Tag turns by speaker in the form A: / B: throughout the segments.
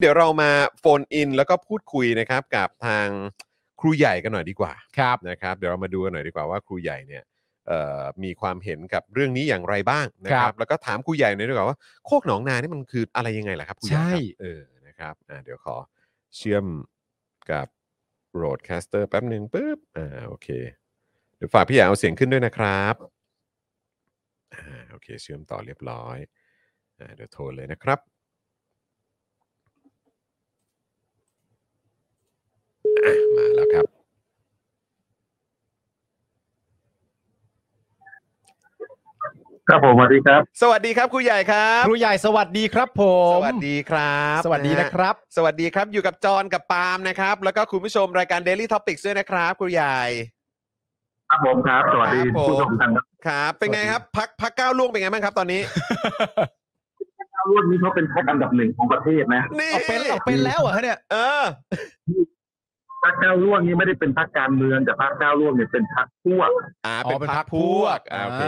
A: เดี๋ยวเรามาโฟนอินแล้วก็พูดคุยนะครับกับทางครูใหญ่กันหน่อยดีกว่า
B: ครับ
A: นะครับ เดี๋ยวเรามาดูกันหน่อยดีกว่าว่าครูใหญ่เนี่ยเอ่อมีความเห็นกับเรื่องนี้อย่างไรบ้างนะค
B: ครั
A: รับบ แล้วก็ถามครูใหญ่หน่อยดีกว่าว่าโคกหนองนานี่มันคืออะไรยังไงล่ะครับครูใหญ่ค
B: ใช่
A: รับเออนะครับอ่าเดี๋ยวขอเชื่อมกับโรดแคสเตอร์แป๊บหนึ่งปุ๊บอ่าโอเคเดี๋ยวฝากพี่ใหญ่เอาเสียงขึ้นด้วยนะครับอ่าโอเคเชื่อมต่อเรียบร้อยอ่าเดี๋ยวโทรเลยนะครับ อ่ะมาแล้วครับ
C: ครับผมสวัสดีครับ
A: สวัสดีครับครูใหญ่ครับ
B: ครูใหญ่สวัสดีครับผม
A: สวัสดีครับ
B: สวัสดีนะ
A: ฮ
B: ครับ
A: สวัสดีครับอยู่กับจอห์นกับปาล์มนะครับ แล้วก็คุณผู้ชมรายการ Daily Topics ด้วยนะครับครูใหญ่
C: ครับผมครับ สวัสดี
A: ครับผม
C: ผู้ชมทาง
A: ครับ เป็นไงครับพักพักก้าวล่วงเป็นไงบ้างครับตอนนี้
C: ด้านรุ่นนี้เขาเป็นแท็กอันดับหนึ่งของประเทศนะ
A: นี่
B: เอาเป็นเอาเป็นแล้วเหรอฮะเนี่ย
A: เออ
C: พรรคก้าวร่วงนี้ไม่ได้เป็นพรรคการเมืองแต่พรรคก้าวร่วงเนี่ยเป็นพรรคพวก
A: อ่า
B: อ๋อ
A: เป็น
B: เป็น
A: พัก
B: พรรค
A: พ
B: พ
A: ว
B: ว
A: ก
B: ก
A: อ่า
B: อ่า
A: โอเค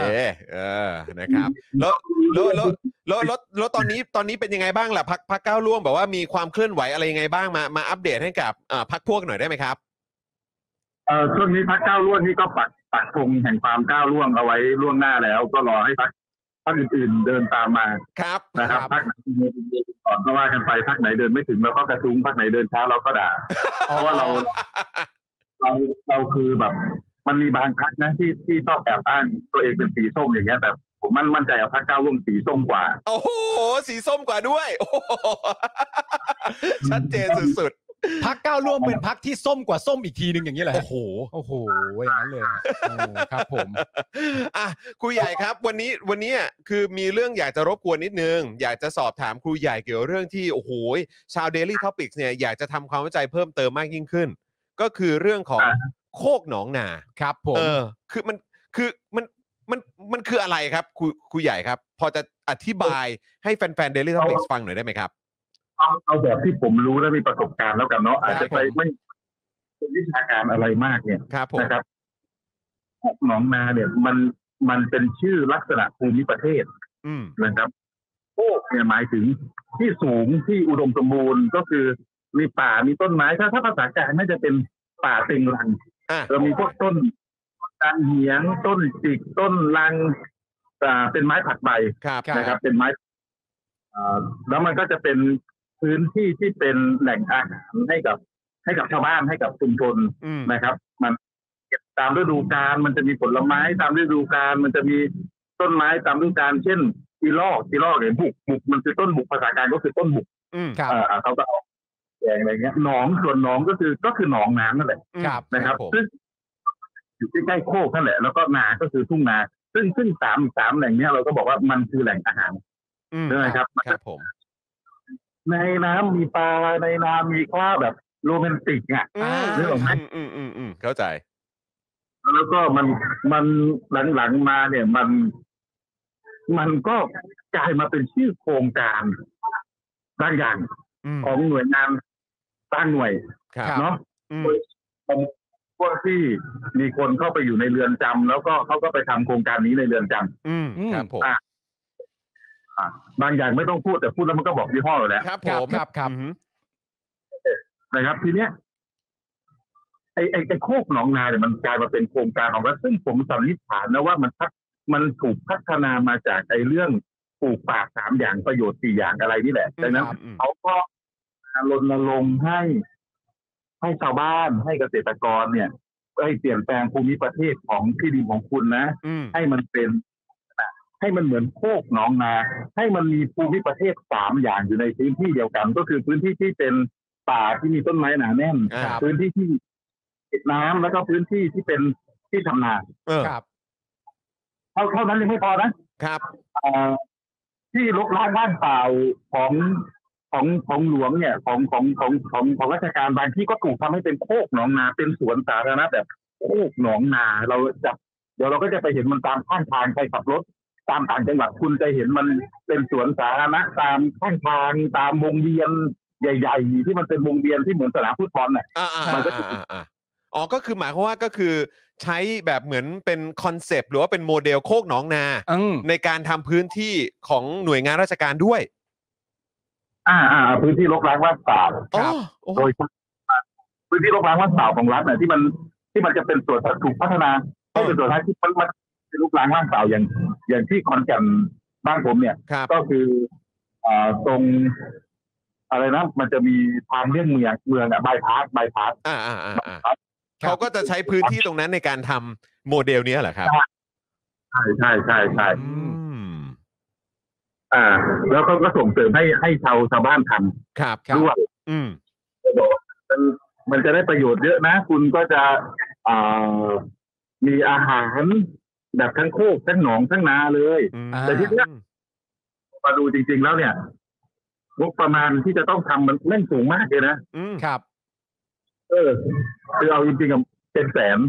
A: เออนะครับ แล้วแล้วแล้วแล้วแล้วแล้วตอนนี้ตอนนี้เป็นยังไงบ้างล่ะพักพักก้าวล่วงแบบว่ามีความเคลื่อนไหวอะไรยังไงบ้างมามาอัปเดตให้กับอ่าพักพวกหน่อยได้ไหมครับ
C: เอ่อช่วงนี้พรรคก้าวร่วงนี่ก็ปักปักธงแห่งความก้าวร่วงเอาไว้ล่วงหน้าแล้ว ก็รอให้พรรคพรรคอื่นๆเดินตามมา
A: ครับ
C: นะครับพรรคไหนเดินก่อนก็ว่ากันไปพรรคไหนเดินไม่ถึงเราก็กระทุ้งพรรคไหนเดินช้าเราก็ ด่า เพราะว่าเรา เราเราคือแบบ มันมีบางพรรคนะที่ที่ชอบแอบอ้างตัวเองเป็นสีส้มอย่างเงี้ยแบบผมมั่นมั่นใจกับพรรคก้าวร่วงสีส้มกว่า
A: โอ้โหสีส้มกว่าด้วยโอ้โห ชัดเจนสุด
B: พักก้าวร่วมเป็นพักที่ส้มกว่าส้มอีกทีหนึงอย่างนี้แหละโอ้โหโอ้โหอย่างนั้นเลยฮะโอ้ครับ ผม
A: ๆ อ่ะครูใหญ่ครับ วันนี้วันนี้อ่ะคือมีเรื่องอยากจะรบกวนนิดนึง อยากจะสอบถามครูใหญ่เกี่ยวเรื่องที่โอ้โหชาว Daily Topics เนี่ยอยากจะทำความเข้าใจเพิ่มเติมมากยิ่งขึ้น ก็คือเรื่องของ
C: อ่า
A: โคกหนองนา
B: ครับผม
A: เออ คือมันคือมันมันมันคืออะไรครับครูครูใหญ่ครับ พอจะอธิบายให้แฟนๆ Daily Topics ฟังหน่อยได้ไหมครับ
C: เอาเอาแบบที่ผมรู้และมีประสบการณ์แล้วกันเนาะอาจจะ
A: ค
C: ไป
A: รับผม
C: ไม่เป็นวิชาการอะไรมากเนี่ย
A: ครับผม
C: นะครับพวกหนองนาเนี่ย มันมันเป็นชื่อลักษณะภูมิประเทศ
A: อืม
C: นะครับโอ้เนี่ยหมายถึงที่สูงที่อุดมสมบูรณ์ก็คือมีป่ามีต้นไม้ถ้าถ้าภาษากลางน่าจะเป็นป่าเต็งรัง
A: อ่ะ
C: เรามีพวกต้นตันเหียงต้นจิกต้นลังอ่าเป็นไม้ผักใบ
A: ครับ
C: นะครับ เป็นไม้อ่าแล้วมันก็จะเป็นพื้นที่ที่เป็นแหล่งอาหารให้กับ ให้กับชาวบ้านให้กับชุมชน
A: อืม
C: นะครับ มันเก็บตามฤดูกาลมันจะมีผลไม้ตามฤดูกาลมันจะมีต้นไม้ตามฤดูกาลเช่นอีลอกอีลอกหรือบุกบุกมันคือต้นบุกภาษากลางก็คือต้นบุก
A: อืม
B: ครับ
C: อ่าเขาก็เอาแกงอะไรเงี้ยหนองส่วนหนองก็คือก็คือหนองน้ำนั่นแหละ
B: ครับ
C: นะครับ
A: ผม
C: ซึ่งอยู่ใกล้ๆโคกนั่นแหละ แล้วก็นา ก็คือทุ่งนา ซึ่งซึ่งสามสามแหล่งเนี้ยเราก็บอกว่ามันคือแหล่งอาหาร
A: อืม
C: ใช่ไหมครับ
A: ครับผม
C: ในน้ำมีปลาในนามีข้าวแบบโรแมนติกอ่ะ
A: อืม
C: เรื่องของมัน
A: อืมอืมอืมเข้าใจ
C: แล้วก็มันมันหลังๆมาเนี่ยมัน มันก็กลายมาเป็นชื่อโครงการบางอย่าง
A: อืม
C: ของหน่วยงานบางหน่วย
A: ครับ
C: เนาะ
A: อืม
C: พวกที่มีคนเข้าไปอยู่ในเรือนจำแล้วก็เขาก็ไปทำโครงการนี้ในเรือนจำ
A: อืมครับผม
C: อ่ะ อ่ะบางอย่างไม่ต้องพูดแต่พูดแล้วมันก็บอกยี่ห้ออยู่แล้ว
A: ครับ
B: ค
A: ผ
B: รับ
A: ม
B: ครับครับ
A: อืม
C: นะครับ ทีเนี้ยไอ้ไอ้ไอ้โคกหนองนาเนี่ยมันกลายมาเป็นโครงการของรัฐซึ่งผมสันนิษฐานนะว่ามันพักมันถูกพัฒนามาจากไอ้เรื่องปลูกป่าสามอย่างประโยชน์สี่อย่างอะไรนี่แหละดังนั้น
A: ครับอืม
C: เขาก็รณรงค์ให้ ให้ชาวบ้านให้เกษตรกรเนี่ยไอ้เปลี่ยนแปลงภูมิประเทศของที่ดินของคุณนะ
A: อืม
C: ให้มันเป็น ให้มันเหมือนโคกหนองนา ให้มันมีภูมิประเทศสามอย่างอยู่ในพื้นที่เดียวกัน ก็คือพื้นที่ที่เป็นป่าที่มีต้นไม้หนาแน่น
A: อ่า
C: พื้นที่ที่ติดน้ำแล้วก็พื้นที่ที่เป็นที่ทำนา
A: เออ
B: ครับ
C: เท่าเท่านั้นยังไม่พอนะครับ เอ่อที่รกร้างว่างเปล่าของของของหลวงเนี่ย ของของของของของราชการบางที่ก็ถูกทำให้เป็นโคกหนองนา เป็นสวนสาธารณะแบบโคกหนองนา เราจะเดี๋ยวเราก็จะไปเห็นมันตามข้างทางใครขับรถ ตามต่างจังหวัดคุณจะเห็นมันเป็นสวนสาธารณะตามข้างทางตามวงเวียนใหญ่ๆที่มันเป็นวงเวียนที่เหมือนสนามฟุตบอลน่ะ
A: อ่าอ่า
C: มันก็
A: อ่าอ่าอ่าอ๋อก็คือหมายความว่าก็คือใช้แบบเหมือนเป็นคอนเซปต์หรือว่าเป็นโมเดลโคกหนองนา
B: อืม
A: ในการทำพื้นที่ของหน่วยงานราชการด้วย
C: อ่าอ่าพื้นที่รกร้างว่างเปล่า
A: อ๋อโอ้
C: โดยพื้นที่รกร้างว่างเปล่าของรัฐน่ะที่มันที่มันจะเป็นส่วนถูกพัฒนาให้เป็นส่วนท้ายที่มันมันเป็นรกร้างว่างเปล่าอย่าง อย่างที่คอนแก่นบ้านผมเนี่ย
A: ครับ
C: ก็คืออ่าตรง อะไรนะมันจะมีทางเลี่ยงเมืองเมืองอะบายพาสบายพาส
A: อ่าอ่าอ่าอ่าเขาก็จะใช้พื้นที่ตรงนั้นในการทำโมเดลเนี้ยเหรอครับ
C: ใช่ใช่ใช่ใช่
A: อืม
C: อ่า แล้วก็ก็ส่งเสริมให้ให้ชาวชาวบ้านท
A: ครับครั
C: ำ
A: บ
C: ด้วย
A: อืม
C: บอกว่ามันมันจะได้ประโยชน์เยอะนะ คุณก็จะอ่ามีอาหารแบบทั้งโคกทั้งหนองทั้งนาเลย
A: อืม
B: อ่า
C: แต่ที่เนี้ย มาดูจริง ๆ แล้วเนี่ยงบประมาณที่จะต้องทำมันแม่งสูงมากเลยนะ
A: อืม
B: ครับ
C: เออคือเอาจริงๆอะเป็นแสน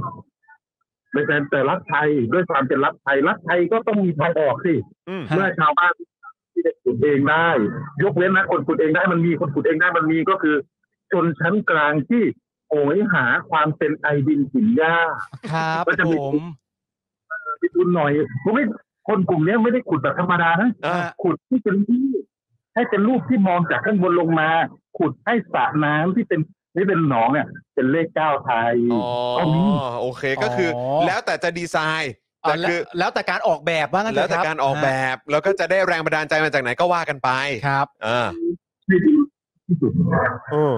C: เป็นแสนแต่รัฐไทยด้วยความเป็นรัฐไทยรัฐไทยก็ต้องมีทางออกสิ
A: อืม
C: เมื่อชาวบ้านที่จะขุดเองได้ ยกเว้นนะคนขุดเองได้มันมีคนขุดเองได้มันมีก็คือ ชนชั้นกลางที่โหยหาความเป็นไอดินหินหญ้า
B: ครับ
C: ก็จะมี
B: ผม
C: ไปทุนหน่อยผมไม่คนกลุ่มเนี้ยไม่ได้ขุดแบบธรรมดานะ
A: อ่า
C: ขุดที่เป็นที่ให้เป็นรูปที่มองจากข้างบนลงมา ขุดให้สระน้ำที่เป็นที่เป็นหนองเนี่ย เป็นเลขเก้าไทย
A: อ๋อโอเคก็คืออแล้วแต่จะดีไซน์แต่
B: อ่ะแล้ว
A: คือ
B: แล้วแต่การออกแบบว่างั้นเถ
A: แล้ว
B: อะ
A: แต่
B: คบ
A: การออกแบบแล้วก็จะได้แรงบันดาลใจมาจากไหนก็ว่ากันไป
B: ครับ
A: อ่า
C: ที่ดีที่สุด
A: เออ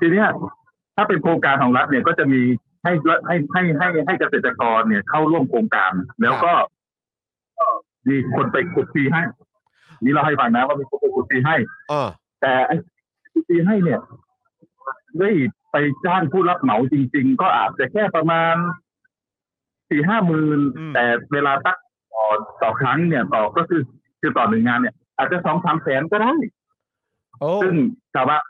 C: ทีเนี้ยถ้าเป็นโครงการของรัฐเนี่ยก็จะมีให้ให้ให้ให้ให้เกษตรกรเนี่ยเข้าร่วมโครงการ แล้วก็ก็มีคนไปขุดฟรีให้ นี่เราให้ฟังนะว่ามีคนไปขุดฟรีให้
A: เออ
C: แต่ไอ้ขุดฟรีให้เนี่ยได้ไปจ้างผู้รับเหมาจริง ๆ ก็อาจจะแค่ประมาณสี่ห้าหมื่นแต่เวลาตั้งต่อต่อครั้งเนี่ยต่อก็คือคือต่อหนึ่งงานเนี่ย อาจจะสองสามแสนก็ได้
B: โอ้
C: ซึ่งชาวบ้าน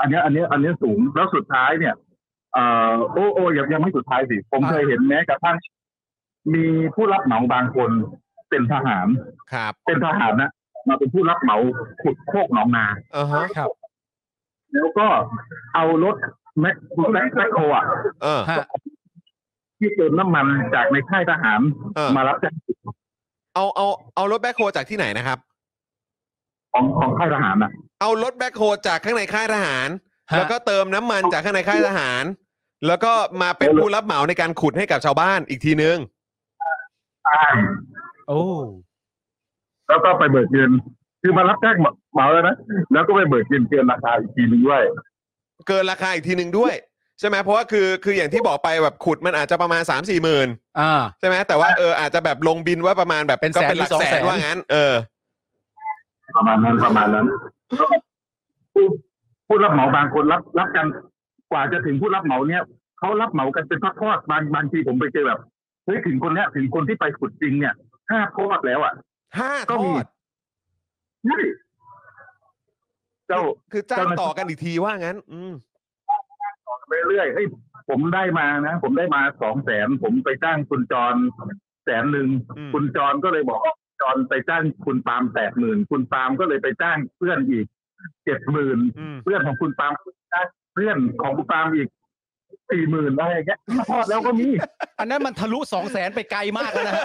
C: อันเนี้ยอันเนี้ยอันเนี้ยสูงแล้วสุดท้ายเนี่ยเอ่อโอ้โอ้ยังยังไม่สุดท้ายสิ ผมเคยเห็นแม้กระทั่งมีผู้รับเหมาบางคนเป็นทหาร
A: ครับ
C: เป็นทหารนะมาเป็นผู้รับเหมาขุดโคกหนองนา
A: อ่าฮะ
B: ครับ
C: แล้วก็เอารถแมคแม็กแมคโครอ่ะ
A: เออ
B: ฮะ
C: ที่เติมน้ำมันจากในค่ายทหาร
A: เออ
C: มารับจาก
A: เอาเอาเอารถแบ็คโฮจากที่ไหนนะครับ
C: ของของค่ายทหารอ่ะ
A: เอารถแบ็คโฮจากข้างในค่ายทหาร แล้วก็เติมน้ำมันจากข้างในค่ายทหาร แล้วก็มาเป็นผู้รับเหมาในการขุดให้กับชาวบ้านอีกทีนึง
B: โอ้
C: แล้วก็ไปเบิกเงินคือมารับแจ้งเหมาแล้วนะแล้วก็ไปเบิกเงินเกินราคาอีกทีหนึงด้วย
A: เกินราคาอีกทีนึงด้วยใช่ไหมเพราะว่าคือคืออย่างที่บอกไปแบบขุดมันอาจจะประมาณ 3 4มสี่หมื่น
B: อ่า
A: ใช่ไหมแต่ว่าเอออาจจะแบบลงบินว่าประมาณแบบ
B: เป็นแส
A: ก็
B: น
A: เป็นหลัก
B: หรือสอง
A: แส
B: แส
A: น
B: น
A: ว่างั้น เออ
C: ประมาณนั้นประมาณนั้นผู้ผู้รับเหมาบางคนรับรับกันกว่าจะถึงผู้รับเหมาเนี่ยเขารับเหมากันเป็นทอดๆบางบางทีผมไปเจอแบบเฮ้ยถึงคนเนี้ยถึงคนที่ไปขุดจริงเนี่ยห้าทอดแล้วอ่ะ
A: ห้าท
C: ก็มี
A: อด
C: ใช่เจ้า
A: คือจ้างต่อกันอีกทีว่างั้น อืม
C: ไปเรื่อยเฮ้ยผมได้มานะผมได้มาสองแสนผมไปจ้างคุณจรแสนหนึ่ง
A: อืม
C: คุณจรก็เลยบอกว่าจรไปจ้างคุณปาล์มแปดหมื่นคุณปาล์มก็เลยไปจ้างเพื่อนอีกเจ็ดหมื่น
A: อืม
C: เพื่อนของคุณปาล์มได้เพื่อนของคุณปาล์มอีกสี่หมื่นอะไรอย่างเงี้ยทอดแล้วก็มี
B: อันนั้นมันทะลุสองแสนไปไกลมากแล้วนะฮะ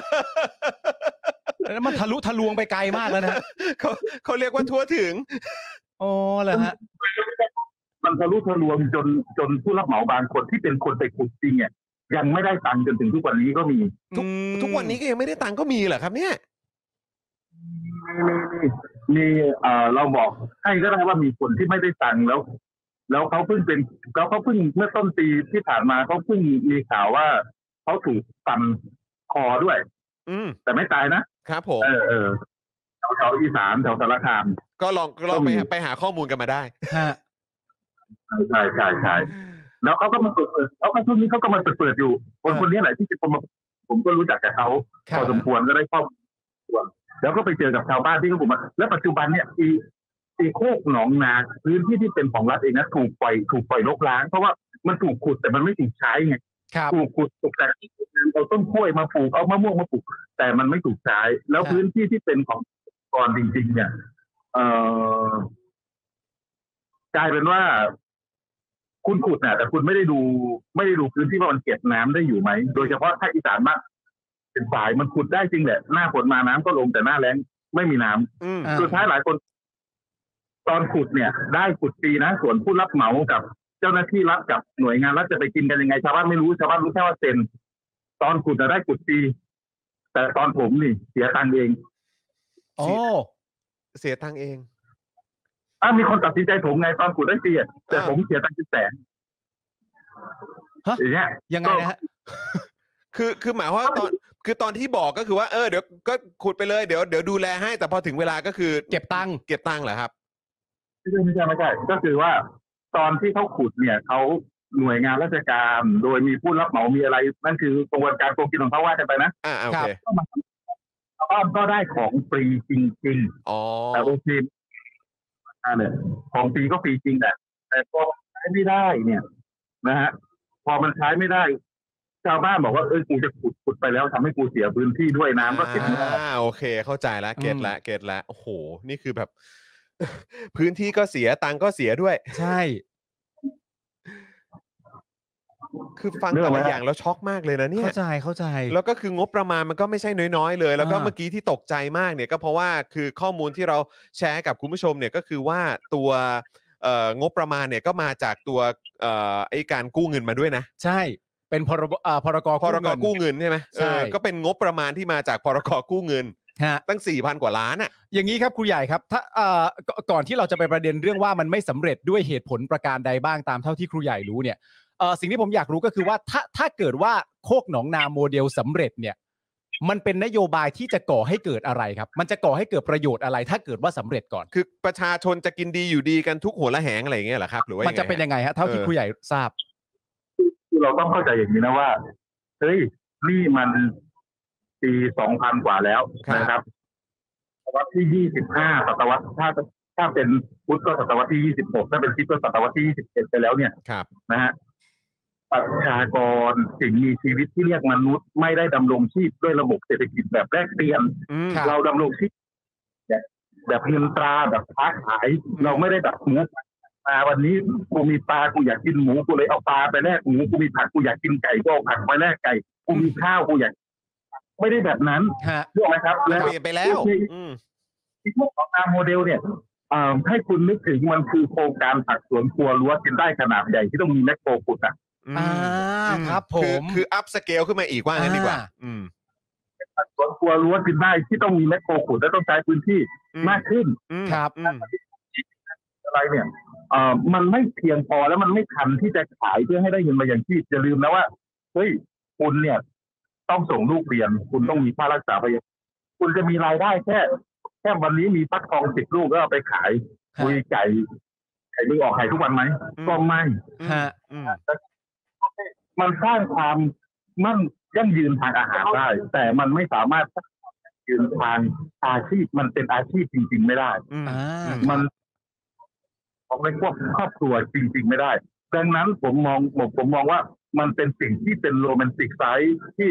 B: อันนั้นมันทะลุทะลวงไปไกลมากแล้วนะฮะ
A: เขาเขาเรียกว่าทั่วถึง
B: อ๋อเหรอฮะ
C: มันทะลุทะลวงจนจนผู้รับเหมาบางคนที่เป็นคนไปขุดจริงเนี่ยยังไม่ได้ตังค์จนถึงทุกวันนี้ก็มี
B: อืม
A: ทุกวันนี้ก็ยังไม่ได้ตังค์ก็มีเหรอครับเนี่ย
C: มีเอ่อเราบอกให้ก็ได้ว่ามีคนที่ไม่ได้ตังค์แล้ว แล้วเขาเพิ่งเป็นแล้วเขาเพิ่งเมื่อต้นปีที่ผ่านมาเขาเพิ่งมีข่าวว่าเขาถูกฟันคอด้วย
A: อืม
C: แต่ไม่ตายนะครับ
A: ผม
C: เออเออแถวๆอีสานแถวสารคาม
A: ก็ลองก็ลอง
C: ก็
A: ไป
C: มี
A: ไปหาข้อมูลกันมาได้
B: ฮะ
C: ใช่ใช่ใช่ แล้วเขาก็มาเปิดเปิดเขาก็ช่วงนี้เขาก็มาเปิดเปิดอยู่ คนคนนี้แหละที่จะมาผมก็รู้จักกับเขา
B: ครั
C: พ
B: บ
C: อสมควรก็ได้ข้อมูลแล้วก็ไปเจอกับชาวบ้านที่เขาบอกว่าแล้วปัจจุบันเนี่ยอีอีโคกหนองนาพื้นที่ที่เป็นของรัฐเองนะถูกปล่อยถูกปล่อยรกร้าง เพราะว่ามันถูกขุดแต่มันไม่ถูกใช้ไง
B: ครับ
C: ถูกขุดตกแต่งเอาต้นกล้วยมาปลูกเอามะม่วงมาปลูก แต่มันไม่ถูกใช้ แล้วพื้นที่ที่เป็นของกรจริง ๆ เนี่ย เอ่อกลายเป็นว่า คุณขุดน่ะ แต่คุณไม่ได้ดู ไม่ได้ดูพื้นที่ว่ามันเก็บน้ำได้อยู่ไหม โดยเฉพาะภาคอีสานมากเป็นฝ่ายมันขุดได้จริงแหละ หน้าฝนมาน้ำก็ลงแต่หน้าแล้งไม่มีน้ำ
A: อืม
B: อ่า
C: สุดท้ายหลายคน ตอนขุดเนี่ย ได้ขุดฟรีนะ ส่วนผู้รับเหมากับ เจ้าหน้าที่รัฐกับหน่วยงานรัฐจะไปกินกันยังไงชาวบ้านไม่รู้ชาวบ้านรู้แค่ว่าเซ็นตอนขุดจะได้ขุดฟรีแต่ตอนผมนี่ เสียตังค์เอง
B: โอ้
A: เสียตังค์เอง
C: อ้าวมีคนตัดสินใจผมไงตอนขุดได้ฟรีอะแต่
A: อ่า
C: ผมเสียตังค์เป็นแสนอย่างเงี้ย
B: ยังไงนะฮะ
A: คือคือหมายความว่าตอนคือตอนที่บอกก็คือว่าเออเดี๋ยวก็ขุดไปเลยเดี๋ยวเดี๋ยวดูแลให้ แต่พอถึงเวลาก็คือ
B: เก็บตังค์
A: เก็บตังค์เหรอครับ
C: ไม่ใช่ไม่ใช่ไม่ใช่ก็คือว่าตอนที่เขาขุดเนี่ยเขาหน่วยงานราชการ โดยมีผู้รับเหมามีอะไร นั่นคือกระบวนการโกงกินของเขาว่ากันไปนะ
A: อ่าโอเค
C: ชาวบ้านก็ได้ของฟรีจริง
A: อ๋อ
C: ๆแต่โอเคอ่าเนี่ยของฟรีก็ฟรีจริงแหละแต่พอใช้ไม่ได้เนี่ย นะฮะพอมันใช้ไม่ได้ ชาวบ้านบอกว่าเออกูจะขุดขุดไปแล้วทำให้กูเสียพื้นที่ด้วยน้ำก็เสียไม่ได้
A: อ่าโอเค เข้าใจละเก็ตละเก็ตละโอ้โห นี่คือแบบ พื้นที่ก็เสียตังค์ก็เสียด้วย
B: ใช่
A: คือฟังแต่ละอย่างแล้วช็อกมากเลยนะเนี่ย
B: เข้าใจเข้าใจ
A: แล้วก็คืองบประมาณมันก็ไม่ใช่น้อยๆ เลย แล้วก็
B: อ่า
A: เมื่อกี้ที่ตกใจมากเนี่ยก็เพราะว่าคือข้อมูลที่เราแชร์ให้กับคุณผู้ชมเนี่ยก็คือว่าตัวเอ่องบประมาณเนี่ยก็มาจากตัวเอ่อไอการกู้เงินมาด้วยนะ
B: ใช่ เป็นพรบอ่าพรก
A: พรกกู้
B: เงิน
A: เงินใช่ไหม
B: ใช่
A: เออก็เป็นงบประมาณที่มาจากพรกกู้เงิน
B: ฮะ
A: ตั้ง 4,000 กว่าล้านอ่ะ
B: อย่างนี้ครับครูใหญ่ครับถ้าเอ่อก่ก่อนที่เราจะไปประเด็นเรื่องว่ามันไม่สำเร็จด้วยเหตุผลประการใดบ้างตามเท่าที่ครูใหญ่รู้เนี่ยเอ่อสิ่งที่ผมอยากรู้ก็คือว่าถ้าถ้าเกิดว่าโคกหนองนาโมเดลสำเร็จเนี่ยมันเป็นนโยบายที่จะก่อให้เกิดอะไรครับ มันจะก่อให้เกิดประโยชน์อะไร ถ้าเกิดว่าสำเร็จก่อน
A: คือประชาชนจะกินดีอยู่ดีกันทุกหัวละแหงอะไรอย่างเงี้ยเหรอครับหรือว่า
B: มัน
A: ยัง
B: จะ
A: ไง
B: เป็น
A: ฮะ
B: ยังไงฮะเท่าที่
A: เออ
B: ครูใหญ่ทราบ
C: คือเราต้องเข้าใจอย่างนี้นะว่าเฮ้ยนี่มันปีสองพันกว่าแล้วนะครับศตวรรษที่ยี่สิบห้าศตวรรษถ้าถ้าเป็นพุทธก็ศตวรรษที่ยี่สิบหกถ้าเป็นคริสต์ก็ศตวรรษที่ยี่สิบเจ็ดไปแล้วเนี่ย
A: ครับ
C: นะฮะประชากรสิ่งมีชีวิตที่เรียกมนุษย์ ไม่ได้ดำรงชีพด้วยระบบเศรษฐกิจแบบแลกเปลี่ยน
A: อืม
B: ครับ
C: เราดำรงชีพแบบแบบเงินตราแบบค้าขาย เราไม่ได้แบบหมูปลาวันนี้กูมีปลากูอยากกินหมูกูเลยเอาปลาไปแลกหมูกูมีผักกูอยากกินไก่ก็เอาผักไปแลกไก่กูมีข้าวกูอยาก ไม่ได้แบบนั้น
B: ฮะ
C: รู้ไหมครับ แล้ว
A: เปลี่ยนไปแล้ว อืม
C: ที่พวกของตามโมเดลเนี่ยเอ่อให้คุณนึกถึงมันคือโครงการผักสวนครัวรั้วกินได้ขนาดใหญ่ที่ต้องมีแมคโครขุดอ่ะ
A: อืม
B: อ่าครับผ
A: คือ
B: ม
A: คืออัพสเกลขึ้นมาอีกว่างั้นดีกว่า
B: อ่า
A: อืม
C: ผักสวนครัวรั้วกินได้ที่ต้องมีแมคโครขุดและต้องใช้พื้นที่
A: อื
C: มากขึ้น
A: อืม
B: ครับ
A: อืม
C: อะไรเนี่ยเอ่อมันไม่เพียงพอแล้วมันไม่ทันที่จะขายเพื่อให้ได้เงินมาอย่างชีพอย่าลืมนะว่า เฮ้ย คุณเนี่ย ต้องส่งลูกเรียน คุณต้องมีค่ารักษาพยาบาลคุณจะมีรายได้แค่ แค่วันนี้มีฟักทองสิบลูกแล้วเอาไปขาย
B: ครับ
C: คุยไก่ไข่มึงออกไข่ทุกวันไหม
A: อืม
C: ก็ไม่
B: ฮะ
A: อืม
C: มันสร้างความมั่นยั่งยืนทางอาหารได้ แต่มันไม่สามารถสร้างความยั่งยืนทางอาชีพมันเป็นอาชีพจริง ๆ ไม่ได้
A: อืม
B: อ่า
C: มันของในควบครอบครัวจริง ๆ ไม่ได้ ดังนั้นผมมองผมผมมองว่ามันเป็นสิ่งที่เป็นโรแมนติกไซส์ที่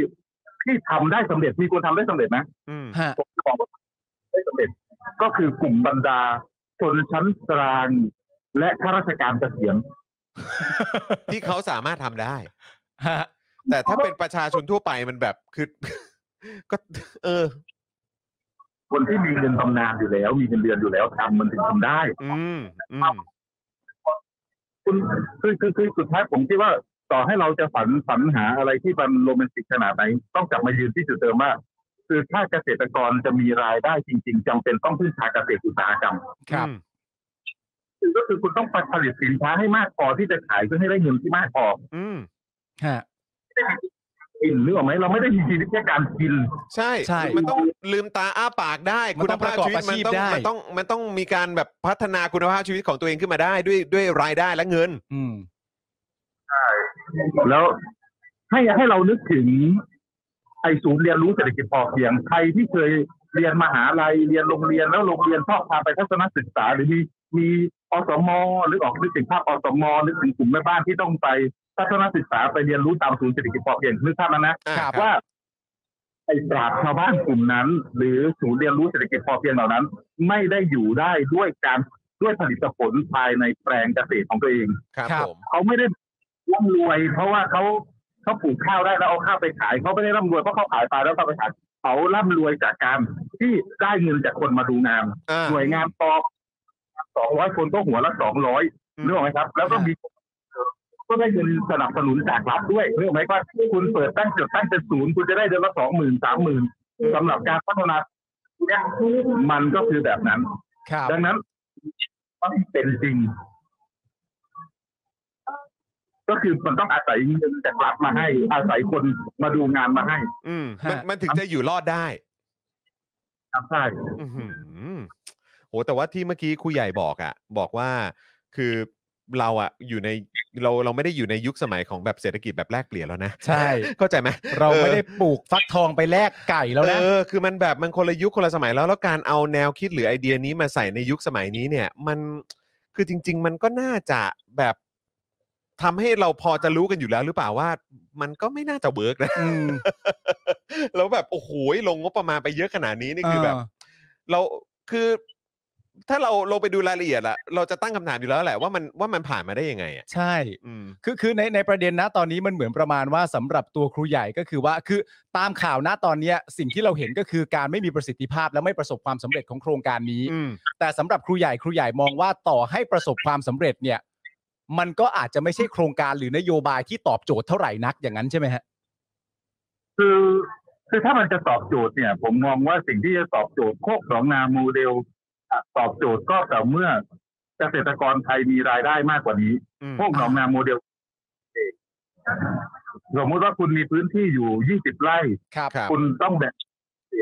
C: ที่ทำได้สำเร็จมีคนทำได้สำเร็จนะ
A: อืม
B: ฮะ
C: ผมจะบอกว่าได้สำเร็จ ก็คือกลุ่มบรรดาชนชั้นกลางและข้าราชการเกษียณ
A: ที่เขาสามารถทำได้
B: ฮะ
A: แต่ถ้าเป็นประชาชนทั่วไปมันแบบคือ ก็ เออ
C: คนที่มีเงินบำนาญอยู่แล้ว มีเงินเดือนอยู่แล้วทำมันถึงทำได้
A: อืม อืม
C: คุณคือคือคือสุดท้ายผมคิดว่าต่อให้เราจะฝันฝันหาอะไรที่มันโรแมนติกขนาดไหน ต้องกลับมายืนที่จุดเดิมว่า คือถ้าเกษตรกรจะมีรายได้จริง ๆจำเป็นต้องพึ่งพาเกษตรอุตสาหกรรม
B: ครับ
C: ก็คือคุณต้องผลิตสินค้าให้มากพอที่จะขายเพื่อให้ได้เงินที่มากพอ
A: อืม
B: ฮะ
C: กินนึกออกไหมเราไม่ได้มีชีวิตแค่การกิน
A: ใช่
B: ใช่
A: มันต้องลืมตาอ้าปากได้
B: มันต้องประกอบอาชีพ
A: มันต้อง
B: ได้
A: มันต้องมันต้องมีการแบบพัฒนาคุณภาพชีวิตของตัวเองขึ้นมาได้ด้วยด้วยรายได้และเงิน
B: อืม
C: แล้วให้ให้เรานึกถึงไอศูนย์เรียนรู้เศรษฐกิจพอเพียงใครที่เคยเรียนมหาลัยเรียนโรงเรียนแล้วโรงเรียนชอบพาไปทัศนศึกษา หรือมีมีอสมหรือออกนึกถึงภาพอสมนึกถึงกลุ่มแม่บ้านที่ต้องไปทัศนศึกษาไปเรียนรู้ตามศูนย์เศรษฐกิจพอเพียงนึกภาพแล้วนะ
A: อ่าครับ
C: ว่าไอปราชญ์ชาวบ้านกลุ่มนั้น หรือศูนย์เรียนรู้เศรษฐกิจพอเพียงเหล่านั้น ไม่ได้อยู่ได้ด้วยการด้วยผลิตผลภายในแปลงเกษตรของตัวเอง
A: ครับ
B: ครับ
A: ผม
C: เขาไม่ได้ร่ำรวย เพราะว่าเขาเขาปลูกข้าวได้แล้วเอาข้าวไปขายเขาไม่ได้ร่ำรวยเพราะเขาขายปลาแล้วเขาไปขายเขาร่ำรวยจากการที่ได้เงินจากคนมาดูงาน
A: อ่า
C: หน่วยงานปอ สองร้อยคนก็หัวละสองร้อย
A: อืม
C: นึกออกไหมครับ แล้วก็มี ก็ได้เงินสนับสนุนจากรัฐด้วยนึกออกไหมว่าคุณเปิดตั้งจุดตั้งเป็นศูนย์คุณจะได้เดือนละสองหมื่นสามหมื่นสำหรับการพัฒนาเนี่ยมันก็คือแบบนั้น
B: ครับ
C: ดังนั้นต้องเป็นจริง ก็คือมันต้องอาศัยเงินจากรัฐมาให้ อาศัยคนมาดูงานมาให้
A: อืมมัน
B: ฮะ
A: มันถึงจะอยู่รอดได้
C: ครับใช่
A: อื้อหือโหแต่ว่าที่เมื่อกี้ครูใหญ่บอกอะบอกว่าคือเราอะอยู่ในเราเราไม่ได้อยู่ในยุคสมัยของแบบเศรษฐกิจแบบแลกเปลี่ยนแล้วนะ
B: ใช่
A: เข้าใจไหม
B: เรา
A: ออ
B: ไม่ได้ปลูกฟักทองไปแลกไก่แล้วนะ
A: เออคือมันแบบมันคนละยุคคนละสมัยแล้วแล้วการเอาแนวคิดหรือไอเดียนี้มาใส่ในยุคสมัยนี้เนี่ย มันคือจริง ๆ มันก็น่าจะแบบทำให้เราพอจะรู้กันอยู่แล้วหรือเปล่าว่า มันก็ไม่น่าจะเวิร์กนะ
B: อืม
A: แล้วแบบโอ้โหลงงบประมาณไปเยอะขนาดนี้นี่คือแบบ
B: เออ
A: เราคือถ้าเราลงไปดูรายละเอียดละเราจะตั้งคำถามอยู่แล้วแหละว่ามันว่ามันผ่านมาได้ยังไงอ่ะ
B: ใช่
A: อืม
B: คือคือในในประเด็นนะตอนนี้มันเหมือนประมาณว่าสำหรับตัวครูใหญ่ก็คือว่าคือตามข่าวนะตอนเนี้ยสิ่งที่เราเห็นก็คือการไม่มีประสิทธิภาพและไม่ประสบความสำเร็จของโครงการนี้
A: อืม
B: แต่สำหรับครูใหญ่ครูใหญ่มองว่าต่อให้ประสบความสำเร็จเนี่ย มันก็อาจจะไม่ใช่โครงการหรือนโยบายที่ตอบโจทย์เท่าไหร่นักอย่างนั้นใช่ไหมฮะ
C: คือคือถ้ามันจะตอบโจทย์เนี่ย ผมมองว่าสิ่งที่จะตอบโจทย์โคกสองนาโมเดลอ่ะตอบโจทย์ก็แต่อเมื่อเกษตรกรไทยมีรายได้มากกว่านี้
A: อืม
C: พวกหนองนาโมเดลเองสมมติว่าคุณมีพื้นที่อยู่ยี่สิบไร่
B: ครับ
A: ครับ
C: คุณต้องแบบ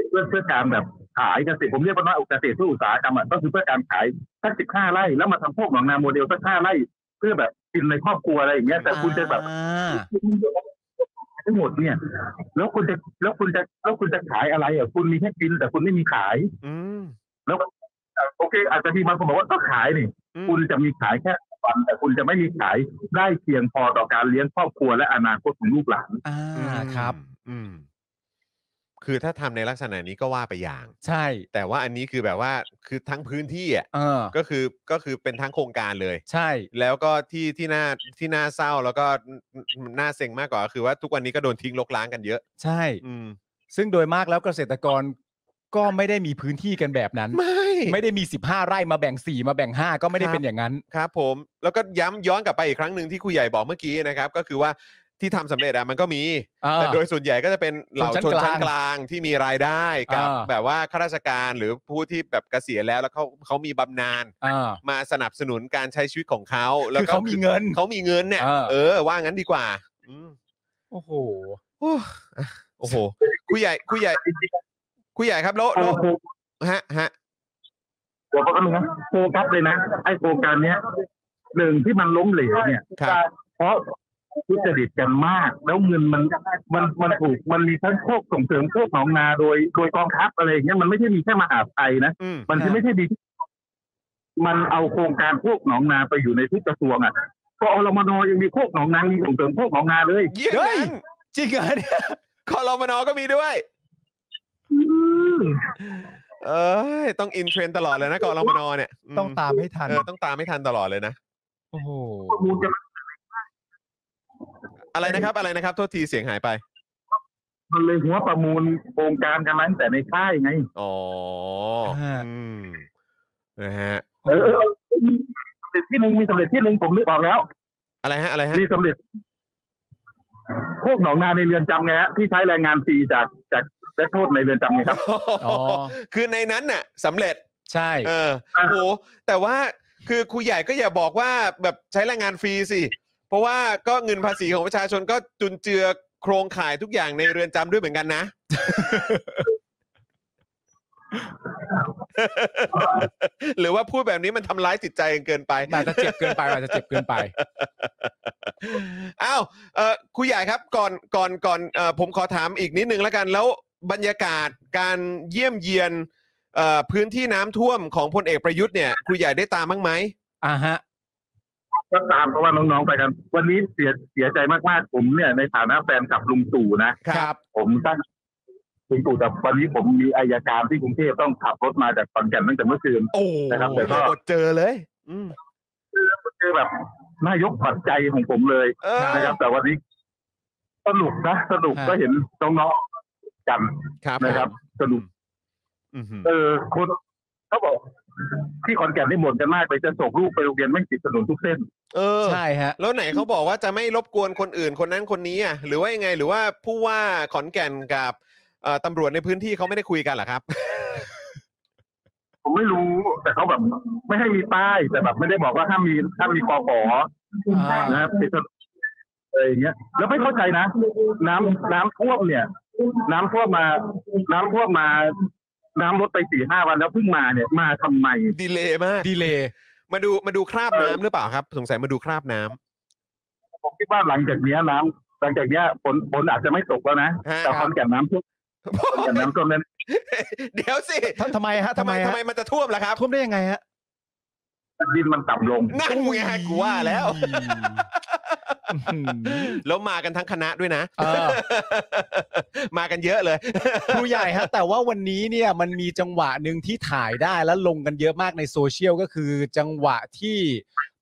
C: เพื่อเพื่อการแบบขายเกษตรผมเรียกว่าเกษตรเพื่ออุตสาหกรรมอะก็คือเพื่อการขายสักสิบห้าไร่แล้วมาทำพวกหนองนาโมเดลสักห้าไร่เพื่อแบบกินในครอบครัวอะไรอย่างเงี้ยแต่คุณจะแบบ
B: อ่า
C: ทั้งหมดเนี่ย แล้วคุณจะแล้วคุณจะแล้วคุณจะขายอะไรอ่ะคุณมีแค่กิน แต่คุณไม่มีขาย
A: อืม
C: แล้วอ่ะโอเค อาจจะมีบางคนบอกว่าก็ขายนี่
A: อื
C: คุ
A: ม
C: ณจะมีขายแค่วันแต่คุณจะไม่มีขายได้เพียงพอต่อการเลี้ยงครอบครัวและอนาคตของลูกหลาน
B: อ่าครับ
A: อืม คือถ้าทำในลักษณะนี้ก็ว่าไปอย่าง
B: ใช่
A: แต่ว่าอันนี้คือแบบว่าคือทั้งพื้นที่อ่ะ
B: เออ
A: ก็คือก็คือเป็นทั้งโครงการเลย
B: ใช่
A: แล้วก็ที่ที่น่าที่น่าเศร้าแล้วก็น่าเซ็งมากกว่าก็คือว่าทุกวันนี้ก็โดนทิ้งลกล้างกันเยอะ
B: ใช่
A: อืม
B: ซึ่งโดยมากแล้วเกษตรกรก็ไม่ได้มีพื้นที่กันแบบนั้น
A: ไม่
B: ไม่ได้มี 15 ไร่มาแบ่ง 4 มาแบ่ง 5 ก็ไม่ได้
A: ครับ
B: เป็นอย่างนั้น
A: ครับผมแล้วก็ย้ำย้อนกลับไปอีกครั้งหนึ่งที่ครูใหญ่บอกเมื่อกี้นะครับ ก็คือว่าที่ทำสำเร็จอะมันก็มี
B: เออ
A: แต่โดยส่วนใหญ่ก็จะเป็นเหล่าชน
B: ชนชั้
A: ชั้น
B: น
A: ก
B: ก
A: ลา
B: ลาง ง
A: ที่มีรายได้กับ
B: อ่า
A: แบบว่าข้าราชการหรือผู้ที่แบบเกษียณแล้วแล้วเขาเขามีบำนาญ
B: อ่า
A: มาสนับสนุนการใช้ชีวิตของเขาแล้ว
B: คือ
A: ก็
B: เขามีเงิน
A: เขามีเงินเนี่ย
B: เออ
A: เออว่างั้นดีกว่าอืม
B: โอ้โห
A: โอ้อ่ะโอ้โหครูใหญ่ครูใหญ่ครูใหญ่ครับแล้วแล้วฮะฮะ
C: เดี๋ยวก็ต้องนะโฟกัสเลยนะ ไอโครงการเนี้ยหนึ่งที่มันล้มเหลวเนี่ย
A: ครับ
C: เพราะทุจริตกันมาก แล้วเงินมันมันมันถูกมันมีทั้งพวกส่งเสริมพวกหนองนาโดยโดยกองทัพอะไรอย่างเงี้ยมันไม่ใช่มีแค่มหาดไทยนะ
A: อืม
C: มันที่ไม่ใช่ดีที่มันเอาโครงการพวกหนองนาไปอยู่ในทุกกระทรวงอ่ะก็อรมนยังมีพวกหนองนามีส่งเสริมพวกหนองนาเลย
A: เยี่ยม
B: เฮ้ย
A: นั้น
B: จริงเหรอเนี่ย
A: คอรมนก็มีด้วย เอ้ยต้องอินเทรนด์ตลอดเลยนะกอรมนเนี่ยม
B: ต้องตามให้ทัน
A: เออต้องตามไม่ทันตลอดเลยนะ
B: โอ้โห
C: ข้อมูลกัน
A: อะไรนะครับอะไรนะครับ โทษทีเสียงหายไป
C: มันเลยหัวประมูลโครงการกันมาตั้งแต่ในค่ายไง
A: อ๋อ
B: ฮะ
A: อืมนะฮะ
C: เออเออเออมีสำเร็จที่หนึ่งมีสำเร็จที่หนึ่งผมนึกออกแล้ว
A: อะไรฮะ อะไรฮะ
C: มีสำเร็จพวกหนองนาในเรือนจำไงฮะที่ใช้แรงงานฟรีจากจากนักโทษในเรือนจำไงครับ
B: อ๋อ
A: คือในนั้นน่ะสำเร็จ
B: ใช่
A: เออ
C: อ่ะ
A: โอ้โหแต่ว่าคือครูใหญ่ก็อย่าบอกว่าแบบใช้แรงงานฟรีสิ เพราะว่าก็เงินภาษีของประชาชนก็จุนเจือโครงข่ายทุกอย่างในเรือนจำด้วยเหมือนกันนะ หรือว่าพูดแบบนี้มันทำร้ายจิตใจกันเกินไป
B: อาจจะเจ็บเกินไปอาจจะเจ็บเกินไป
A: อ้าวเอ่อครูใหญ่ครับก่อนก่อนก่อนเอ่อผมขอถามอีกนิดนึงแล้วกัน แล้วบรรยากาศการเยี่ยมเยียนเอ่อพื้นที่น้ำท่วมของพลเอกประยุทธ์เนี่ยครูใหญ่ได้ตามบ้างไหม
B: อ่าฮะ
C: ก็ตามเพราะว่าน้องๆไปกัน วันนี้เสียเสียใจมากๆผมเนี่ย ในฐานะแฟนกับลุงตู่นะ
B: ครับ
C: ผมตั้งลุงตู่แต่วันนี้ผมมีอายการที่กรุงเทพต้องขับรถมาจากขอนแก่นตั้งแต่เมื่อคืน
A: โอ้
C: นะครับแต่ก็
A: อดเจอเลยอืม
C: คือแบบนายกปัจจัยของผมเลย
A: เออ
C: นะครับ แต่วันนี้สนุกนะสนุก
B: ฮะ
C: ก็เห็นน้องๆกัน
A: ครับ
C: นะครับ สนุก
A: อืม
C: เออคนเขาบอก ที่ขอนแก่นได้บ่นกันมากเลยจะส่งลูกไปโรงเรียนไม่งติดถนนทุกเส้น
A: เออ
B: ใช่ฮะ
A: แล้วไหนเขาบอกว่าจะไม่รบกวนคนอื่นคนนั้นคนนี้อ่ะหรือว่ายังไงหรือว่าผู้ว่าขอนแก่นกับเอ่อตำรวจในพื้นที่เขาไม่ได้คุยกันเหรอ ครับ
C: ผมไม่รู้ แต่เขาแบบไม่ให้มีป้ายแต่แบบไม่ได้บอกว่าถ้ามมีถ้ามมีกอขอ
B: อ่าน
C: นะครับติดถนนอะไรอย่างเงี้ย แล้วไม่เข้าใจนะ น้ำน้ำท่วมเนี่ย น้ำท่วมมา น้ำท่วมมา น้ำลดไปสี่ห้าวันแล้วเพิ่งมาเนี่ยมาทำไม
A: ดีเลยมาก
B: ดีเลย
A: มาดูมาดูคราบน้ำหรือเปล่าครับ สงสัยมาดูคราบน้ำ
C: ผมคิดว่าหลังจากเนี้ยน้ำหลังจากเนี้ยฝนฝนอาจจะไม่ตกแล้วนะ
A: ฮะ
C: แต่ความแก่นน้ำท่วมขอนแก่นน้ำท่วมนั้น
A: เดี๋ยวสิ
B: ทำทำไมฮะ
A: ทำ
B: ทำ
A: ไม
B: ไม
A: ทำ
B: ฮะ
A: ไมมันจะท่วมล่ะครับ
B: ท่วมได้ยังไงฮะ
C: ดินมันต่ำลง
A: นั่นไงกูว่าแล้ว
B: อืม
A: แล้วมากันทั้งคณะด้วยนะ
B: เออ
A: มากันเยอะเลย
B: ครูใหญ่ฮะแต่ว่าวันนี้เนี่ยมันมีจังหวะหนึ่งที่ถ่ายได้และลงกันเยอะมากในโซเชียลก็คือจังหวะที่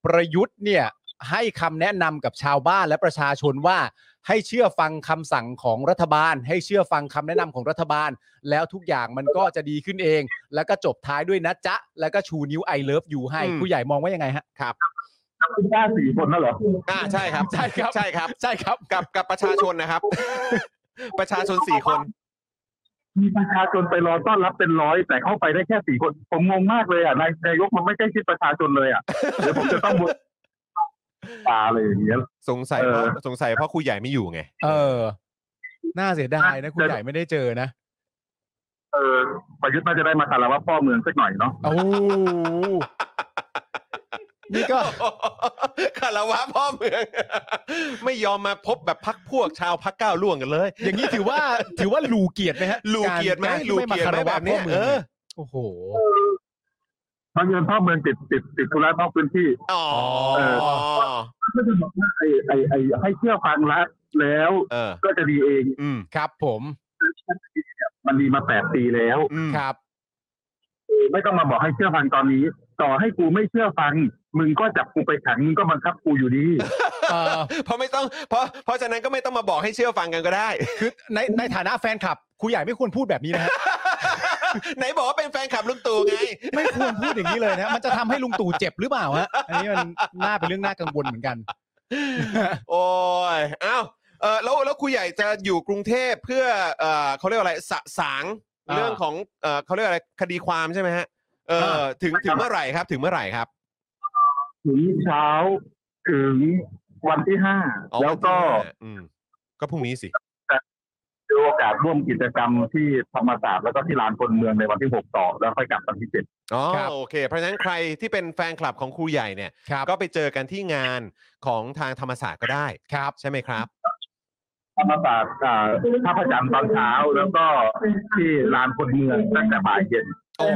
B: ประยุทธ์เนี่ยให้คำแนะนำกับชาวบ้านและประชาชนว่า ให้เชื่อฟังคำสั่งของรัฐบาล ให้เชื่อฟังคำแนะนำของรัฐบาล แล้วทุกอย่างมันก็จะดีขึ้นเอง แล้วก็จบท้ายด้วยนะจ๊ะ แล้วก็ชูนิ้วไอเลิฟอยู่ให้
A: อืม
B: ครูใหญ่มองว่ายังไงฮะ
C: คุณป้าสี่คนนั่นเหรอ
A: อ่ าใช่ครับ
B: ใช่ครับ
A: ใช่ครับ
B: ใช่ครับ
A: กับกับประชาชน นะครับ ประชาชนสี่คน
C: มีประชาชนไปรอต้อนรับเป็นร้อย แต่เข้าไปได้แค่สี่คน ผมงงมากเลยอ่ะนายนายกมันไม่ใกล้ชิดประชาชนเลยอ่ะ เดี๋ยวผมจะต้องบนตาเลยอย่างเงี้ย
A: สงสัยเพราะ
C: เออ
A: สงสัยเพราะครูใหญ่ไม่อยู่ไง
B: เออ น่าเสียดายนะครูใหญ่ไม่ได้เจอนะ
C: เออประยุทธ์น่าจะได้มาสารวัตรพ่อเมืองสักหน่อยเนาะ
B: โอ้โหนี่ก็
A: คารวะพ่อเมือง ไม่ยอมมาพบแบบพักพวกชาวพักก้าวล่วงกันเลย
B: อย่างนี้ถือว่าถือว่าหลูเกียรติไหมฮะ
A: หลูเกียรติไหม
B: ารที่
A: หลูเกียรติไหม
B: ไาคาวะ
A: แบบเนี้ย
B: พ่อมื
A: เออ
B: โอ้โห
C: บางเงินพ่อเมืองติดติดติดธุระนอกพื้นที่
A: อ๋อ
B: เอ
C: ก็จะบอกว่าไอ้ไอ้ไอ้ให้เชื่อฟังรัฐแล้ว
A: เออ
C: ก็จะดีเอง
A: อืม
B: ครับผม
C: มันดีมาแปดปีแล้ว
A: อืม
B: ครับ
C: ไม่ต้องมาบอกให้เชื่อฟังตอนนี้ ต่อให้กูไม่เชื่อฟัง มึงก็จับกูไปขังมึงก็บังคับกูอยู่ดี
B: เอ่อ
A: เพราะไม่ต้อง เพราะ เพราะฉะนั้นก็ไม่ต้องมาบอกให้เชื่อฟังกันก็ได้
B: คือในในฐานะแฟนคลับครูใหญ่ไม่ควรพูดแบบนี้นะฮะ
A: ไหนบอกว่าเป็นแฟนคลับลุงตู่ไง
B: ไม่ควรพูดอย่างนี้เลยนะฮะมันจะทำให้ลุงตู่เจ็บหรือเปล่าฮะอันนี้มันน่าเป็นเรื่องน่ากังวลเหมือนกัน
A: โอ้ยอ้าวเออแล้ว แล้วครูใหญ่จะอยู่กรุงเทพเพื่อ เออเขาเรียกว่าอะไร สะสาง
B: อ่า
A: เรื่องของ เออเขาเรียกว่าอะไร คดีความใช่ไหมฮะ เอ
B: อ่า
A: อ ถึง ถึงเมื่อไหร่ครับ ถึงเมื่อไหร่ครับ
C: ถึงเช้าถึงวันที่ห้า
A: อ๋อ
C: แล้วก็
A: วันที่ห้าอืม ก็พรุ่งนี้สิ
C: ดูโอกาสร่วมกิจกรรมที่ธรรมศาสตร์แล้วก็ที่ลานคนเมืองในวันที่หกต่อ แล้วค่อยกลับวันที่เจ็ด
A: อ๋อ
B: ครับ
A: โอเค เพราะฉะนั้นใครที่เป็นแฟนคลับของครูใหญ่เนี่ย
B: ครับ
A: ก็ไปเจอกันที่งานของทางธรรมศาสตร์ก็ได้
B: ครับ
A: ใช่ไหมครับ
C: ธรรมศาสตร์อ่าท่าพระจันทร์ตอนเช้าแล้วก็ที่ลานคนเมืองตั้งแต่บ่ายเย็น
A: โอ้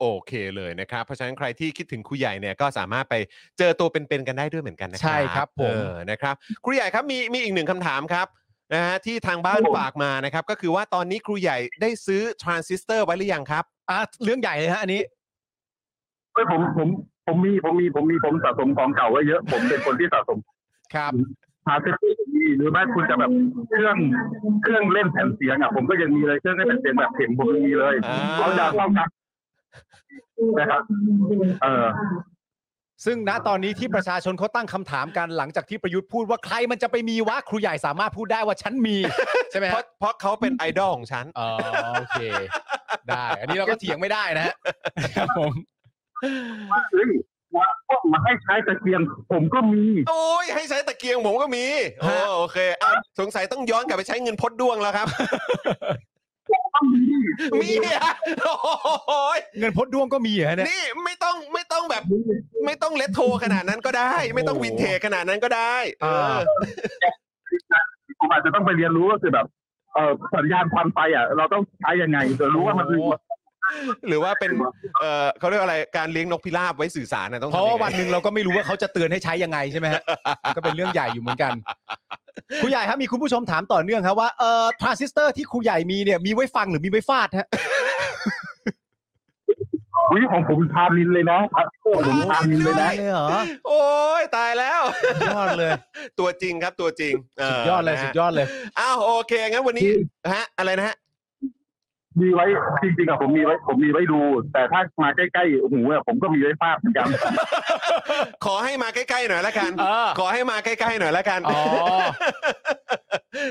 A: โอเคเลยนะครับ เพราะฉะนั้นใครที่คิดถึงครูใหญ่เนี่ยก็สามารถไปเจอตัวเป็นๆกันได้ด้วยเหมือนกันนะครั
B: ใช่ครับผม
A: เออนะครับครูใหญ่ครับมีมีอีกหนึ่งคำถามครับนะฮะที่ทางบ้าน
C: ครับผม
A: ฝากมานะครับก็คือว่าตอนนี้ครูใหญ่ได้ซื้อทรานซิสเตอร์ไว้หรือยังครับ
B: อ่ะเรื่องใหญ่เลยฮะอันนี้
C: เฮ้ยผมผมผมมีผมมีผมมีผมสะสมของเก่าไว้เยอะ ผมเป็นคนที่สะสม
B: ครับ
C: หาเซฟตี้ดีหรือไม่คุณจะแบบเครื่องเครื่องเล่นแผ่นเสียงอ่ะผมก็ยังมีเลยเครื่องเล่นแผ่นเสียงแบบเข็มผมยังมีเลย
A: อ่า
C: เขาจะเข้ากันนะครับเออ
B: ซึ่งณตอนนี้ที่ประชาชนเขาตั้งคำถามกันหลังจากที่ประยุทธ์พูดว่าใครมันจะไปมีวะครูใหญ่สามารถพูดได้ว่าฉัน มีใช่ไหม
A: เพ
B: ฮะ
A: ราะเพราะเขาเป็นไอดอลของฉัน
B: อ๋อโอเค ได้ อันนี้เราก็เถียงไม่ได้นะฮะครับผม
C: เฮ้ยว่าพวกมาให้ใช้ตะเกียง ผมก็มี
A: โอ้ยให้ใช้ตะเกียงผมก็มีโอ้โอเคอ่ะสงสัยต้องย้อนกลับไปใช้เงินพดด้วงแล้วครับ มีอ่ะโอ้โหย
B: เงินพดด้วงก็มีเหรอฮะเนี่ย
A: นี่ไม่ต้องไม่ต้องแบบ ไม่ต้องเลทโทขนาดนั้นก็ได้ ไม่ต้องวินเทจขนาดนั้นก็ได้เอ
B: อ่า
A: อ
C: ผมอาจจะต้องไปเรียนรู้ก็คือแบบ เออสัญญาณความไปอ่ะ เราต้องใช้ยังไงจะรู้ว่ามันคือ
A: หรือว่าเป็น เออเขาเรียกว่าอะไร การเลี้ยงนกพิราบไว้สื่อสารนะต้อง
B: เพ
A: ทำ
B: ราะว่า
A: ยังไง
B: วันหนึ่งเราก็ไม่รู้ว่าเขาจะเตือนให้ใช้ยังไงใช่ไหมฮะก็เป็นเรื่องใหญ่อยู่เหมือน กันครูใหญ่ครับมีคุณผู้ชมถามต่อเนื่องครับว่าเอ่อทรานซิสเตอร์ที่ครูใหญ่มีเนี่ยมีไว้ฟังหรือมีไว้ฟาดฮะ
C: วิของผมทานินเลยนะผมทานินเลยนะ
B: เลยเหรอ
A: โอ้ยตายแล้ว
B: ยอดเลย
A: ตัวจริงครับตัวจริง
B: สุดยอดเลย
A: นะ
B: สุ
A: ฮะ
B: ดยอดเลย
A: อ้าวโอเคงั้นวันนี้
C: อืม
A: ฮะอะไรนะฮะ
C: มีไว้จริงๆอะผมมีไว้ผมมีไว้ดู แต่ถ้ามาใกล้ๆหูอะผมก็มีไว้ภาพเหมือนกัน
A: ขอให้มาใกล้ๆหน่อย ละกัน
B: เออ
A: ขอให้มาใกล้ๆหน่อยละกัน
B: อ๋อ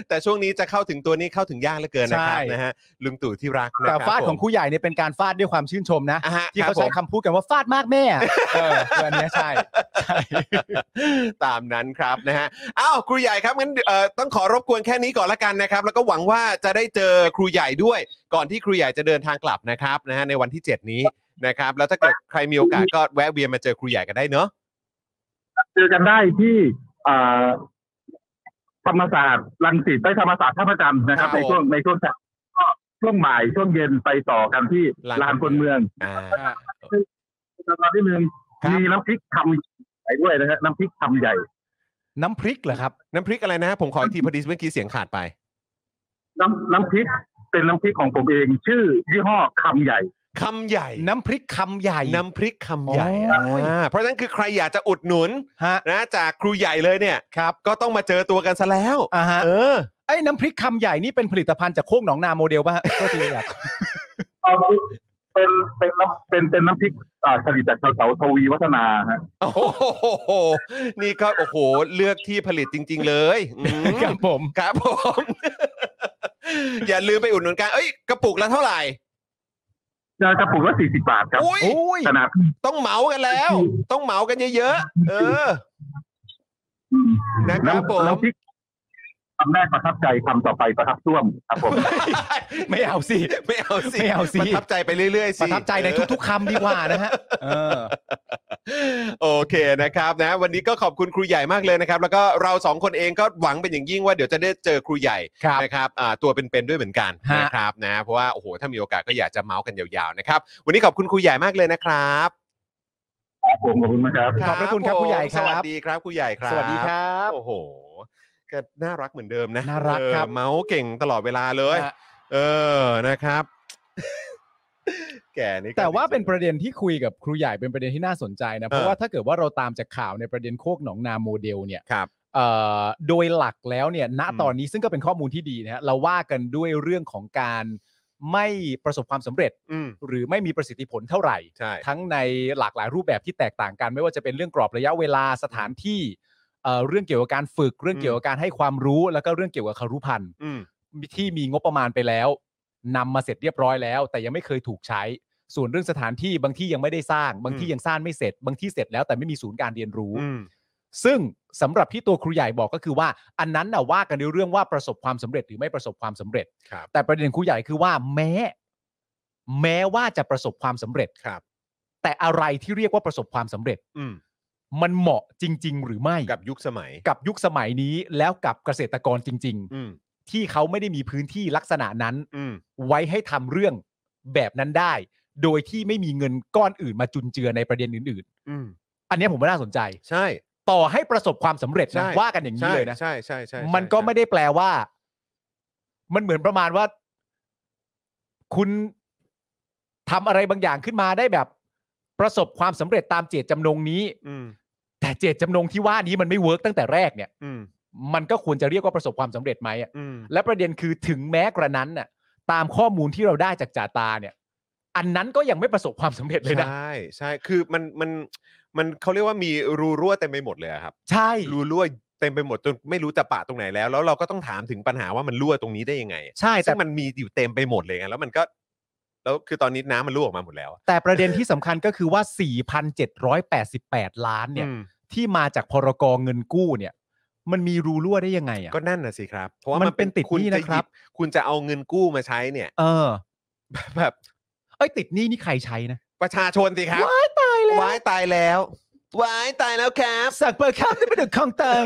A: แต่ช่วงนี้จะเข้าถึงตัวนี้เข้าถึงยากเหลือเกินนะครับ
B: ใช่
A: นะฮะลุงตู่ที่รักนะค
B: แต่
A: รับ
B: ฟาดขอ
A: ผม
B: งครูใหญ่เนี่ยเป็นการฟาดด้วยความชื่นชมนะ
A: อ่ะฮะ
B: ที่
A: ค
B: เขาใช้
A: รับผม
B: คำพูดกันว่าฟาดมากแม่อะเออเอออันเนี้ยใช่
A: ตามนั้นครับนะฮะอ้าวครูใหญ่ครับงั้นเอ่อต้องขอรบกวนแค่นี้ก่อนละกันนะครับ แล้วก็หวังว่าจะได้เจอครูใหญ่ด้วย ก่อนที่ครูใหญ่จะเดินทางกลับนะครับนะฮะในวันที่ 7 นี้นะครับ แล้วถ้าเกิดใครมีโอกาสก็แวะเวียนมาเจอครูใหญ่กันได้เนอะ
C: เจอกันได้ที่เอ่อธรรมศาสตร์รังสิตได้ธรรมศาสตร์ท่าประจันทร์นะครับ ในช่วงในช่วงเช้าก็ช่วงบ่ายช่วงเย็นไปต่อกันที่ลานคนเมือง
A: อ่า
C: ตอนที่หนึ่ง
A: ครับ
C: มีน้ำพริกคำใหญ่ด้วยนะฮะน้ำพริกคำใหญ่
B: น้ำพริกเหรอครับ
A: น้ำพริกอะไรนะฮะผมขออีกทีพอดีเมื่อกี้เสียงขาดไป
C: น้ำน้ำพริกเป็นน้ำพริกของผมเอง ชื่อยี่ห้อคำใหญ่
A: คำใหญ่
B: น้ำพริกคำใหญ่
A: น้ำพริกคำใหญ่
B: โอ้ย
A: อ่าเพราะฉะนั้นคือใครอยากจะอุดหนุน
B: ฮะ
A: นะจากครูใหญ่เลยเนี่ย
B: ครับ
A: ก็ต้องมาเจอตัวกันซะแล้ว
B: อ่าฮะ
A: เออ
B: ไอ้น้ำพริกคำใหญ่นี่เป็นผลิตภัณฑ์จากโคกหนองนาโมเดลป่ะฮะก็ทีอยาก
C: เป็นเป็นน้ำเป็นเป็นน้ำพริกอ่าผลิตจากเสาทวีวัฒนาฮะ
A: โอ้โหนี่ก็โอ้โห เลือกที่ผลิตจริง ๆ เลยอืม
B: ครับผม
A: ครับผม อย่าลืมไปอุดหนุนกัน เอ้ย กระปุกละเท่าไหร่
C: จะกระปุกละสี่สิบบาทครับ
A: อุ้ย
B: โอ้ย
C: ขนาด
A: ต้องเหมากันแล้ว ต้องเหมากันเยอะๆ เออ นะครับผม
C: น้ำพริกคำแรกประทับใจคำต่อไปประทับซ่วมครับ ผม
B: ไม่เอาสิ
A: ไม่เอาสิ
B: ไม่เอาสิ
A: ประทับใจไปเรื่อยๆ
B: ป
A: สิ
B: ระทับใจในทุก ๆคำดีกว่านะฮะเออ
A: โอเคนะครับนะวันนี้ก็ขอบคุณครูใหญ่มากเลยนะครับ แล้วก็เราสองคนเองก็หวังเป็นอย่างยิ่งว่าเดี๋ยวจะได้เจอครูใหญ่
B: ครับ
A: นะครับอ่าตัวเป็นๆด้วยเหมือนกัน
B: ฮะ
A: นะครับนะเพราะว่าโอ้โหถ้ามีโอกาสก็อยากจะเมาส์กันยาวๆนะครับ วันนี้ขอบคุณครูใหญ่มากเลยนะครับ
C: ครับผมขอบคุณมากครับ
B: ขอบพระคุณครับ
A: ผม
B: ครูใหญ่ครับ
A: สวัสดีครับครูใหญ่ครับ
B: สวัสดีครับ
A: โอ้โหก็น่ารักเหมือนเดิมนะ
B: น่ารัก
A: เออ
B: ครับ
A: เมาส์เก่งตลอดเวลาเลย
B: ฮะ
A: เออนะครับ แกนี่ก็
B: แต่ว่าเป็น
A: จริงๆ
B: ประเด็นที่คุยกับครูใหญ่เป็นประเด็นที่น่าสนใจนะ เพราะ
A: เออ
B: ว่าถ้าเกิดว่าเราตามจากข่าวในประเด็นโคกหนองนาโมเดลเนี่ย
A: ครับ
B: เอ่อโดยหลักแล้วเนี่ยณ
A: อืม
B: ตอนนี้ซึ่งก็เป็นข้อมูลที่ดีนะฮะเราว่ากันด้วยเรื่องของการไม่ประสบความสำเร็จ
A: อืม
B: หรือไม่มีประสิทธิผลเท่าไหร่
A: ใช่
B: ทั้งในหลากหลายรูปแบบที่แตกต่างกัน ไม่ว่าจะเป็นเรื่องกรอบระยะเวลาสถานที่เอ่อเรื่องเกี่ยวกับการฝึก เรื่องเกี่ยวกับการให้ความรู้ แล้วก็เรื่องเกี่ยวกับคารุพันธ์
A: อืม
B: ที่มีงบประมาณไปแล้วนำมาเสร็จเรียบร้อยแล้ว แต่ยังไม่เคยถูกใช้ ส่วนเรื่องสถานที่บางที่ยังไม่ได้สร้าง บางที่
A: อืม
B: ยังสร้างไม่เสร็จ บางที่เสร็จแล้วแต่ไม่มีศูนย์การเรียนรู้
A: อืม
B: ซึ่งสำหรับที่ตัวครูใหญ่บอกก็คือว่า อันนั้นน่ะว่ากันในเรื่องว่าประสบความสำเร็จหรือไม่ประสบความสำเร็จ
A: ครับ
B: แต่ประเด็นครูใหญ่คือว่าแม้ แม้ว่าจะประสบความสำเร็จ
A: ครับ
B: แต่อะไรที่เรียกว่าประสบความสำเร็จ
A: อืม
B: มันเหมาะจริง ๆ หรือไม่
A: กับยุคสมัย
B: กับยุคสมัยนี้แล้วกับเกษตรกรจริง
A: อืม
B: ๆ ที่เขาไม่ได้มีพื้นที่ลักษณะนั้น
A: อืม
B: ไว้ให้ทำเรื่องแบบนั้นได้ โดยที่ไม่มีเงินก้อนอื่นมาจุนเจือในประเด็นอื่น
A: อืม
B: ๆ อันเนี้ยผมว่าน่าสนใจ
A: ใช่
B: ต่อให้ประสบความสำเร็จ
A: ใช่
B: นะว่ากันอย่างนี้
A: ใช่
B: เลยนะ
A: ใช่ใช่ใช่ใช่
B: มันก็ไม่
A: ใช่
B: ได้แปลว่า มันเหมือนประมาณว่า คุณทำอะไรบางอย่างขึ้นมาได้แบบ ประสบความสำเร็จตามเจตจำนงนี้
A: อืม
B: แต่เจตจำนงที่ว่านี้มันไม่เวิร์กตั้งแต่แรกเนี่ย
A: อืม
B: มันก็ควรจะเรียกว่าประสบความสำเร็จไหมอะ
A: อืม
B: และประเด็นคือถึงแม้กระนั้นน่ะ ตามข้อมูลที่เราได้จากจ่าตาเนี่ย อันนั้นก็ยังไม่ประสบความสำเร็จเลยนะ
A: ใช่ ใช่ คือมันมันมันเขาเรียกว่ามีรูรั่วเต็มไปหมดเลยอะครับ
B: ใช่
A: รูรั่วเต็มไปหมดจนไม่รู้จะปะตรงไหนแล้ว แล้วเราก็ต้องถามถึงปัญหาว่ามันรั่วตรงนี้ได้ยังไง
B: ใช่
A: ซึ่
B: แต่
A: งมันมีอยู่เต็มไปหมดเลยไงแล้วมันก็ แล้วคือตอนนี้น้ำมันรั่วออกมาหมดแล้วอะ
B: แต่ประเด็นที่สำคัญก็คือว่า 4,788 ล้านเนี่ย
A: อืม
B: ที่มาจากพรกเงินกู้เนี่ย มันมีรูรั่วได้ยังไงอ่ะ
A: ก็นั่นน่ะสิครับ เพราะว่า
B: มั
A: มัน
B: เป็นติด
A: คุณ
B: หนี้
A: จะ
B: นะครับ
A: หยิคุณจะเอาเงินกู้มาใช้เนี่ย
B: เออ
A: แบบ
B: เอ้ยติดหนี้นี่ใครใช้นะ
A: ประชาชนสิครับ
B: ว้ายตายแล้ว
A: ว้ายตายแล้วว้ายตายแล้วครับ
B: สั่งเปิดข้าวนี่เป็นของเตย